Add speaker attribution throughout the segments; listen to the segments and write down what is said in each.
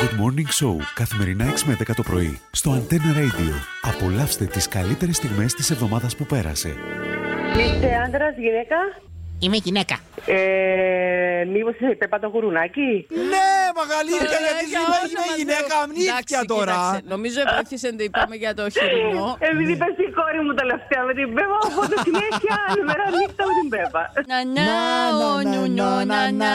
Speaker 1: Good Morning Show, καθημερινά 6 με 10 το πρωί, στο Antenna Radio. Απολαύστε τις καλύτερες στιγμές της εβδομάδας που πέρασε.
Speaker 2: Είστε άντρας, γυναίκα.
Speaker 3: Είμαι γυναίκα.
Speaker 2: Ε, Μήπως είσαι πεπάτο γουρουνάκι.
Speaker 4: Ναι, μαγαλήθεια, γιατί
Speaker 5: για
Speaker 4: σήμερα
Speaker 5: όνομα
Speaker 4: είναι
Speaker 5: Θεού.
Speaker 4: γυναίκα αμνήθεια
Speaker 5: Εντάξει,
Speaker 4: τώρα.
Speaker 5: κοίταξε, Νομίζω επάρχισε, είπαμε για το χοιρινό.
Speaker 2: Επειδή πέσει η κόρη μου τελευταία με την Πέπα, οπότε συνέχεια μέρα νύχτα με την Πέπα.
Speaker 5: Να
Speaker 4: Να,
Speaker 5: να,
Speaker 4: να,
Speaker 5: ο νου νο, να να.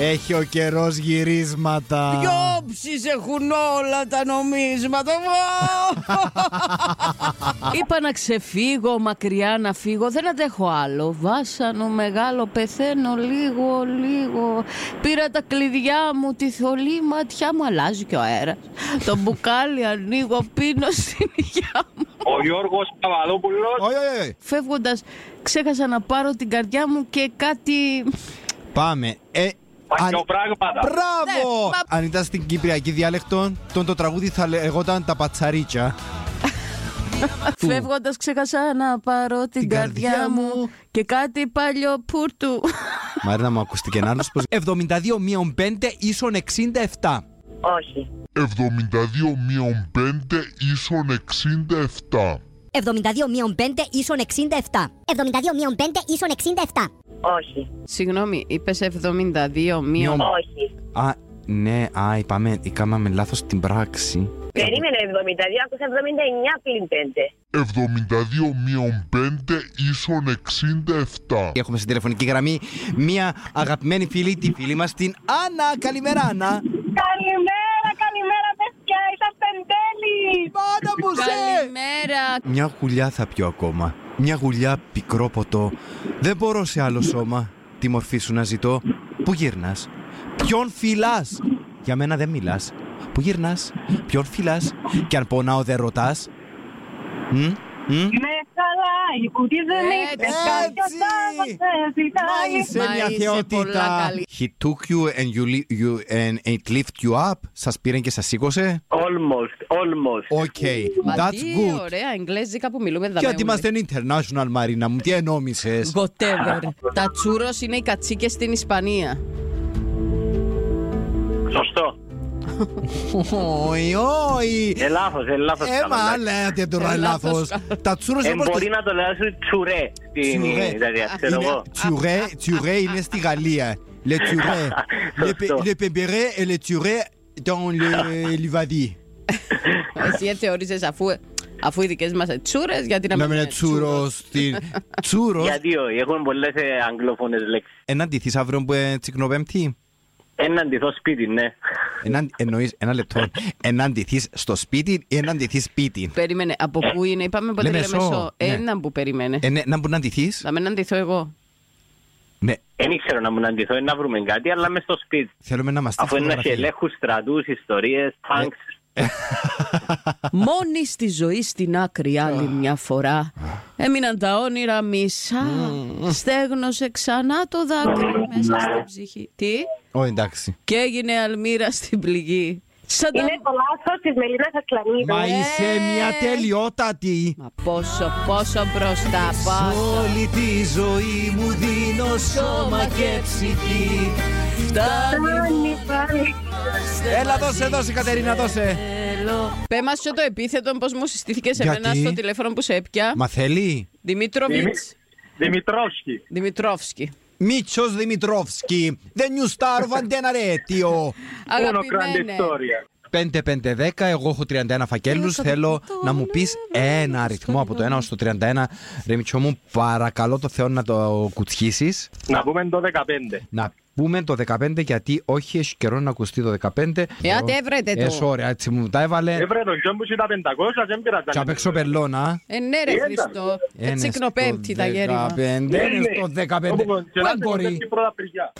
Speaker 4: έχει ο καιρός γυρίσματα.
Speaker 5: Διόψεις έχουν όλα τα νομίσματα. Είπα να ξεφύγω μακριά να φύγω, δεν αντέχω άλλο. Βάσανο μεγάλο, πεθαίνω λίγο, λίγο. Πήρα τα κλειδιά μου, τη θολή ματιά μου, αλλάζει και ο αέρας. Το μπουκάλι ανοίγω, πίνω στην υγειά μου.
Speaker 6: Ο Γιώργος Παπαδόπουλος.
Speaker 4: Όχι, όχι, όχι.
Speaker 5: Φεύγοντας, ξέχασα να πάρω την καρδιά μου και κάτι...
Speaker 4: Πάμε. Ε, αν-
Speaker 6: Παχιοπράγματα.
Speaker 4: Μπράβο!
Speaker 5: Ναι, μα-
Speaker 4: Αν ήταν στην κυπριακή διάλεκτο, τον το τραγούδι θα λεγόταν Τα Πατσαρίτσα. Του.
Speaker 5: Φεύγοντας ξέχασα να πάρω την,
Speaker 4: Την καρδιά
Speaker 5: καρδιά, μου και κάτι παλιό πούρτου.
Speaker 4: Μαρίνα μου ακούστηκε ένα άλλο. 72 μείον 5 ίσον 67.
Speaker 7: Όχι.
Speaker 8: 72 μείον 5 ίσον 67.
Speaker 9: 72 μείον 5 ίσον 67. 72 μείον 5 ίσον 67.
Speaker 7: Όχι.
Speaker 5: Συγγνώμη, είπες 72 μείον.
Speaker 4: Μείον-
Speaker 7: Όχι.
Speaker 4: Α, ναι, α, είπαμε, κάναμε λάθος την πράξη.
Speaker 7: Περίμενε 72, άκουσα 79 πλην 5.
Speaker 8: 72 μείον 5 ίσον 67.
Speaker 4: Έχουμε στην τηλεφωνική γραμμή μία αγαπημένη φίλη, τη φίλη μας, την Άννα. Καλημέρα, Άννα.
Speaker 7: Καλημέρα, καλημέρα, παιδιά, είσαστε τέλειοι.
Speaker 4: Πάντα που
Speaker 5: Καλημέρα.
Speaker 4: Μια γουλιά θα πιω ακόμα. Μια γουλιά πικρό ποτό. Δεν μπορώ σε άλλο σώμα τη μορφή σου να ζητώ. Πού γυρνάς, ποιον φιλάς. Για μένα δεν μιλάς. Πού γυρνάς, ποιον φιλάς. Και αν πονάω δεν ρωτάς. Μμ, μμ.
Speaker 7: Με χαλάει που τη δεν
Speaker 2: Ε,
Speaker 5: Έτσι.
Speaker 7: είπε κάποιος άλλος σε ζητάει.
Speaker 4: Είσαι
Speaker 5: Μα
Speaker 4: μια
Speaker 5: είσαι πολλά
Speaker 4: θεότητα.
Speaker 5: καλή.
Speaker 4: He took you and, you, li- you and it lifted you up. Σας πήρε και σας σήκωσε.
Speaker 6: Almost, almost.
Speaker 4: Okay,
Speaker 5: Μα
Speaker 4: that's
Speaker 5: τι
Speaker 4: good.
Speaker 5: ωραία εγγλέζικα που μιλούμε εδώ.
Speaker 4: Γιατί είμαστε international, Μαρίνα μου. Τι ενόμησες.
Speaker 5: Whatever. Τα τσούρος είναι οι κατσίκες στην Ισπανία.
Speaker 6: Σωστό.
Speaker 4: Όχι, όχι.
Speaker 6: Ε, λάθος, ε, λάθος. κάνω,
Speaker 4: Έμα,
Speaker 6: εντάξει.
Speaker 4: λέτε τώρα
Speaker 5: Ε,
Speaker 4: λάθος.
Speaker 5: λάθος.
Speaker 4: Τα τσούρες
Speaker 6: Ε,
Speaker 4: όπως...
Speaker 6: μπορεί να το λέω σου τσουρέ στην
Speaker 4: Τσουρέ.
Speaker 6: Ιταλία, δηλαδή, ξέρω
Speaker 4: Είναι-
Speaker 6: εγώ.
Speaker 4: Τσουρέ, τσουρέ είναι στη Γαλλία. Le Turé. Le pe-
Speaker 6: Σωστό.
Speaker 4: Le Pébéré et le Turé dans le Livadi.
Speaker 5: Εσύ έτσι όριζε αφού, αφού οι δικές μας τσούρες, γιατί να
Speaker 4: Να
Speaker 5: μην
Speaker 4: μην είναι
Speaker 5: είναι τσούρος.
Speaker 4: τσούρος. στην- Τσούρος.
Speaker 6: Γιατί όχι, έχουν πολλές ε, αγγλόφωνες λέξεις.
Speaker 4: Εναντιθείς αύριο που είναι τσικνοπέμπτη.
Speaker 6: Έναν στο σπίτι, ναι.
Speaker 4: Εναν- Εννοείς, ένα λεπτό. Εναντιθείς στο σπίτι ή εναντιθείς σπίτι.
Speaker 5: Περίμενε, από πού είναι, είπαμε ποτέ
Speaker 4: Λεμεσό.
Speaker 5: Λεμεσό.
Speaker 4: Ναι.
Speaker 5: Έναν που περιμένε.
Speaker 4: Ε, ναι, Να μπορεί να αντιθείς.
Speaker 5: Θα με αντιθώ εγώ.
Speaker 4: Ναι,
Speaker 6: Δεν ήξερα να μου να αντιθώ, ε, να βρούμε κάτι, αλλά μες στο σπίτι.
Speaker 4: θέλουμε να μας
Speaker 6: Αφού
Speaker 4: στείλεις
Speaker 6: είναι να έχει
Speaker 4: φωτογραφία. Ε,
Speaker 6: ελέγχους, στρατούς, ιστορίες, τάγκς.
Speaker 5: Μόνη στη ζωή στην άκρη άλλη μια φορά Έμειναν τα όνειρα μισά Στέγνωσε ξανά το δάκρυ μέσα στην ψυχή Τι?
Speaker 4: Ω, εντάξει.
Speaker 5: Και έγινε αλμύρα στην πληγή Σαν τα...
Speaker 7: Είναι το λάθος της Μελίνας
Speaker 6: Ε.
Speaker 7: Ασλανίδου.
Speaker 4: Μα είσαι μια τελειότατη.
Speaker 5: Μα πόσο, πόσο μπροστά
Speaker 4: Σ'
Speaker 5: πόσο
Speaker 4: όλη τη ζωή μου δίνω σώμα και ψυχή.
Speaker 5: Φτάνει
Speaker 7: Πάλι, πάλι.
Speaker 4: Έλα, δώσε, δώσε, Κατερίνα, δώσε.
Speaker 5: θέλω Πέ μας και το επίθετο πως μου συστήθηκε σε
Speaker 4: Γιατί?
Speaker 5: μένα στο τηλέφωνο που σε έπια
Speaker 4: Μα θέλει.
Speaker 5: Δημήτροβιτς
Speaker 6: Δημητρόσκι.
Speaker 5: Δημητρόφσκι
Speaker 4: Μίτσος Δημητρόφσκι, The New Star of Antenna Radio.
Speaker 5: Αγαπημένε
Speaker 4: 5-5-10, εγώ έχω 31 φακέλους, Θέλω να μου πεις ένα αριθμό από το 1 ως το 31. Ρε Μιτσό μου, παρακαλώ το Θεό να το κουτσχίσεις
Speaker 6: Να πούμε το 15.
Speaker 4: Να πούμε το 15 γιατί όχι έχει καιρό να ακουστεί το 15.
Speaker 5: Εάτε, έβρετε το.
Speaker 4: Ε, sorry, έτσι μου τα έβαλε.
Speaker 6: Έβρε το γιο μου και τα 500, δεν
Speaker 4: Και Ε. απ'
Speaker 6: πειράζανε.
Speaker 4: έξω πελώνα.
Speaker 5: Ε, ναι, ρε Χριστό.
Speaker 4: Είναι
Speaker 5: Έτσι κνοπέμπτη τα γέρημα.
Speaker 4: 15, είναι στο 15. Δεν μπορεί.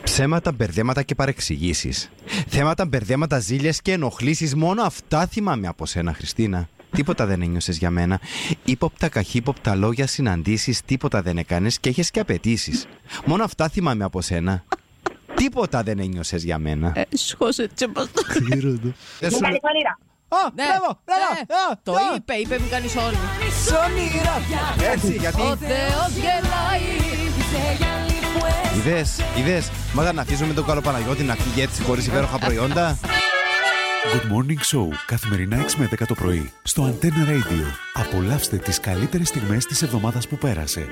Speaker 4: Ψέματα, μπερδέματα και παρεξηγήσεις. Θέματα, μπερδέματα, ζήλια και ενοχλήσεις. Μόνο αυτά θυμάμαι από σένα, Χριστίνα. Τίποτα δεν ένιωσες για μένα. Ήποπτα, καχύποπτα λόγια, συναντήσεις, τίποτα δεν έκανες και είχε και απαιτήσεις. Μόνο αυτά θυμάμαι από σένα. Τίποτα δεν ένιωσες για μένα.
Speaker 5: Ε, Σχώσε τσεπαστό.
Speaker 4: Δεν
Speaker 7: Με
Speaker 4: σου
Speaker 7: κάνει
Speaker 4: λέω-
Speaker 7: όνειρα.
Speaker 4: Α,
Speaker 5: Ναι,
Speaker 4: μπράβο,
Speaker 5: ναι.
Speaker 4: μπράβο, α,
Speaker 5: Το
Speaker 4: α,
Speaker 5: είπε, είπε, μην κάνεις όνειρα.
Speaker 4: Σονίρα. Έτσι, γιατί.
Speaker 5: Ο Θεός γελάει.
Speaker 4: Ιδέες, ιδέες. Μα δεν αφήσουμε τον καλό Παναγιώτη να φύγει έτσι χωρίς υπέροχα προϊόντα.
Speaker 1: Good Morning Show, καθημερινά 6 με 10 το πρωί, στο Antenna Radio. Απολαύστε τις καλύτερες στιγμές της εβδομάδας που πέρασε.